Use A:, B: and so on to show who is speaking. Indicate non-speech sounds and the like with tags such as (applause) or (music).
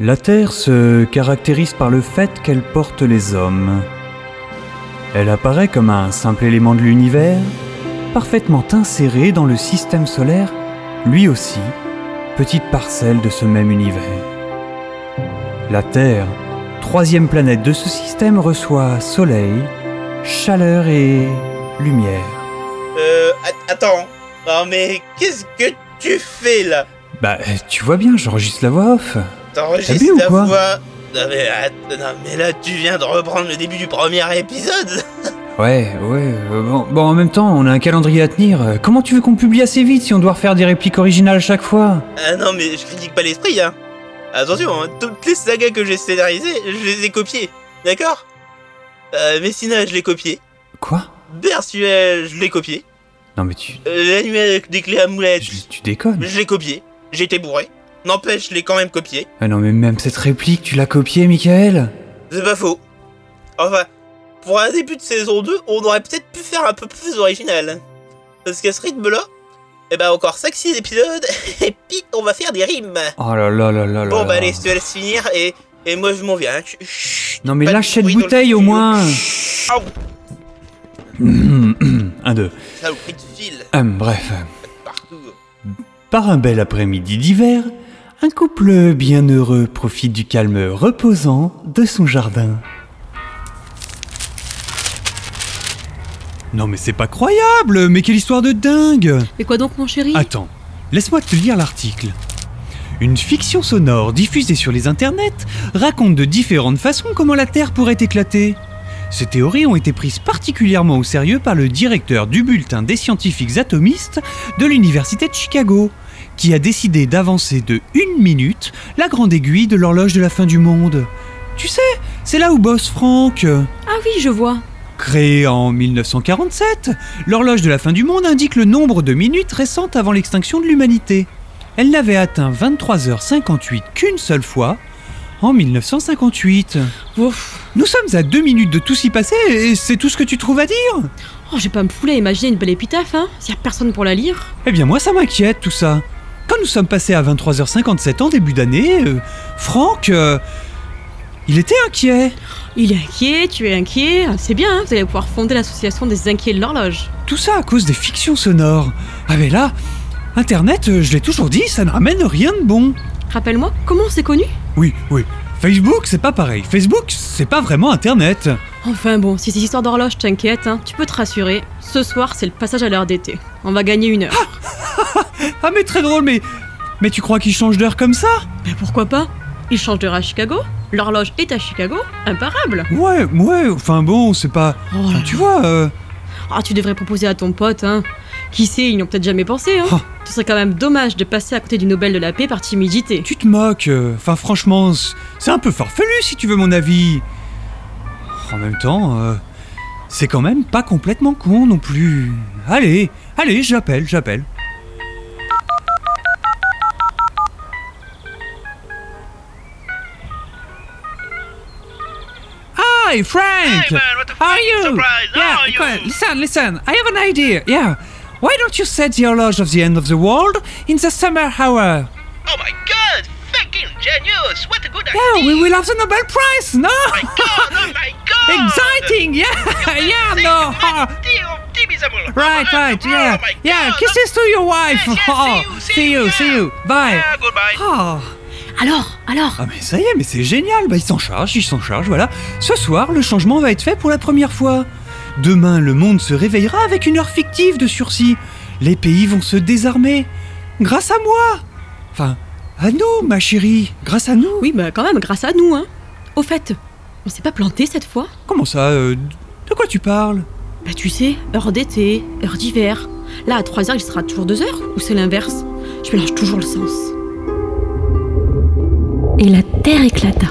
A: La Terre se caractérise par le fait qu'elle porte les hommes. Elle apparaît comme un simple élément de l'univers, parfaitement inséré dans le système solaire, lui aussi, petite parcelle de ce même univers. La Terre, troisième planète de ce système, reçoit soleil, chaleur et lumière.
B: Euh, at- attends. Non mais qu'est-ce que tu fais là
A: Bah, tu vois bien, j'enregistre la voix off. T'as bu
B: T'enregistres
A: ou
B: ta
A: quoi
B: voix non mais, att- non mais là tu viens de reprendre le début du premier épisode (laughs)
A: Ouais, ouais. euh, bon, bon, en même temps, on a un calendrier à tenir. Euh, Comment tu veux qu'on publie assez vite si on doit refaire des répliques originales chaque fois
B: Ah non mais je critique pas l'esprit hein Attention, hein, toutes les sagas que j'ai scénarisées, je les ai copiées, d'accord euh, Messina, je l'ai copié.
A: Quoi
B: Bersuel, je l'ai copié.
A: Non mais tu,
B: Euh, L'annuaire avec des clés à moulettes,
A: tu, tu déconnes.
B: je l'ai copié. J'étais bourré. N'empêche, je l'ai quand même copié.
A: Ah non mais même cette réplique, tu l'as copiée, Michael
B: C'est pas faux. Enfin, pour un début de saison 2, on aurait peut-être pu faire un peu plus original. Parce qu'à ce rythme-là, eh ben encore 5-6 épisodes, (laughs) et puis on va faire des rimes.
A: Oh là là là là là.
B: Bon bah
A: là.
B: allez, je te laisse finir, et, et moi je m'en viens. hein. Chut, chut,
A: Non mais
B: pas de
A: lâche cette
B: bruit dans le
A: bouteille au
B: studio.
A: moins.
B: Chut, Aou,
A: Un deux.
B: ça vous pris de fil
A: Hum, bref.
B: partout.
A: Par un bel après-midi d'hiver, un couple bienheureux profite du calme reposant de son jardin. Non mais c'est pas croyable, mais quelle histoire de dingue
C: Mais quoi donc, mon chéri
A: Attends, laisse-moi te lire l'article. Une fiction sonore diffusée sur les internets raconte de différentes façons comment la Terre pourrait éclater. Ces théories ont été prises particulièrement au sérieux par le directeur du bulletin des scientifiques atomistes de l'Université de Chicago, qui a décidé d'avancer de une minute la grande aiguille de l'horloge de la fin du monde. Tu sais, c'est là où bosse Franck.
C: Ah oui, je vois.
A: Créée en 1947, l'horloge de la fin du monde indique le nombre de minutes récentes avant l'extinction de l'humanité. Elle n'avait atteint 23h58 qu'une seule fois en 1958.
C: Ouf.
A: Nous sommes à deux minutes de tout s'y passer et c'est tout ce que tu trouves à dire
C: Oh, j'ai pas me fouler à imaginer une belle épitaphe, hein S'il y a personne pour la lire.
A: Eh bien moi ça m'inquiète tout ça. Quand nous sommes passés à 23h57 en début d'année, euh, Franck... euh, il était inquiet.
C: Il est inquiet, tu es inquiet. C'est bien, hein, vous allez pouvoir fonder l'association des inquiets de l'horloge.
A: Tout ça à cause des fictions sonores. Ah mais là, Internet, euh, je l'ai toujours dit, ça ne ramène rien de bon.
C: Rappelle-moi, comment on s'est connus
A: Oui, oui. Facebook, c'est pas pareil. Facebook, c'est pas vraiment Internet.
C: Enfin bon, si c'est histoire d'horloge t'inquiète, hein, tu peux te rassurer. Ce soir, c'est le passage à l'heure d'été. On va gagner une heure.
A: Ah mais très drôle, mais... Mais tu crois qu'ils changent d'heure comme ça
C: Mais pourquoi pas Il change d'heure à Chicago. L'horloge est à Chicago. Imparable.
A: Ouais, ouais, enfin bon, c'est pas...
C: Oh là
A: Enfin,
C: là.
A: tu vois, euh,
C: Ah, tu devrais proposer à ton pote, hein. Qui sait, ils n'y ont peut-être jamais pensé, hein.
A: Ah.
C: Ce serait quand même dommage de passer à côté du Nobel de la paix par timidité.
A: tu te moques. euh, Enfin franchement, c'est- c'est un peu farfelu si tu veux mon avis. En même temps, euh, c'est quand même pas complètement con non plus. Allez, allez, j'appelle, j'appelle. Hi, Frank! How are you?
B: Surprise, how
A: yeah,
B: are you?
A: well, listen, listen. I have an idea. Yeah. Why don't you set the horloge of the end of the world in the summer hour?
B: Oh my god, fucking genius, what a good
A: Yeah, we will have the Nobel Prize. No.
B: god, oh my god
A: Exciting. Yeah. (laughs) yeah. No. Ah, (laughs) Right. Right.
B: Oh
A: Yeah. Yeah. Kisses to your wife.
B: Yeah, yeah,
A: Oh,
B: see
A: (laughs) see
B: you,
A: you.
B: see
A: See
B: you,
A: you. Bye.
B: Ah, goodbye.
A: Oh.
C: Alors, alors
A: Ah mais ça y est, mais c'est génial, bah ils s'en chargent, ils s'en chargent, voilà. Ce soir, le changement va être fait pour la première fois. Demain, le monde se réveillera avec une heure fictive de sursis. Les pays vont se désarmer. Grâce à moi Enfin, à nous, ma chérie, grâce à nous.
C: Oui, bah quand même, grâce à nous, hein. Au fait, on s'est pas planté cette fois
A: Comment ça euh, De quoi tu parles
C: Bah tu sais, heure d'été, heure d'hiver. Là, à 3 heures, il sera toujours 2 heures, ou c'est l'inverse Je mélange toujours le sens.
D: Et la terre éclata.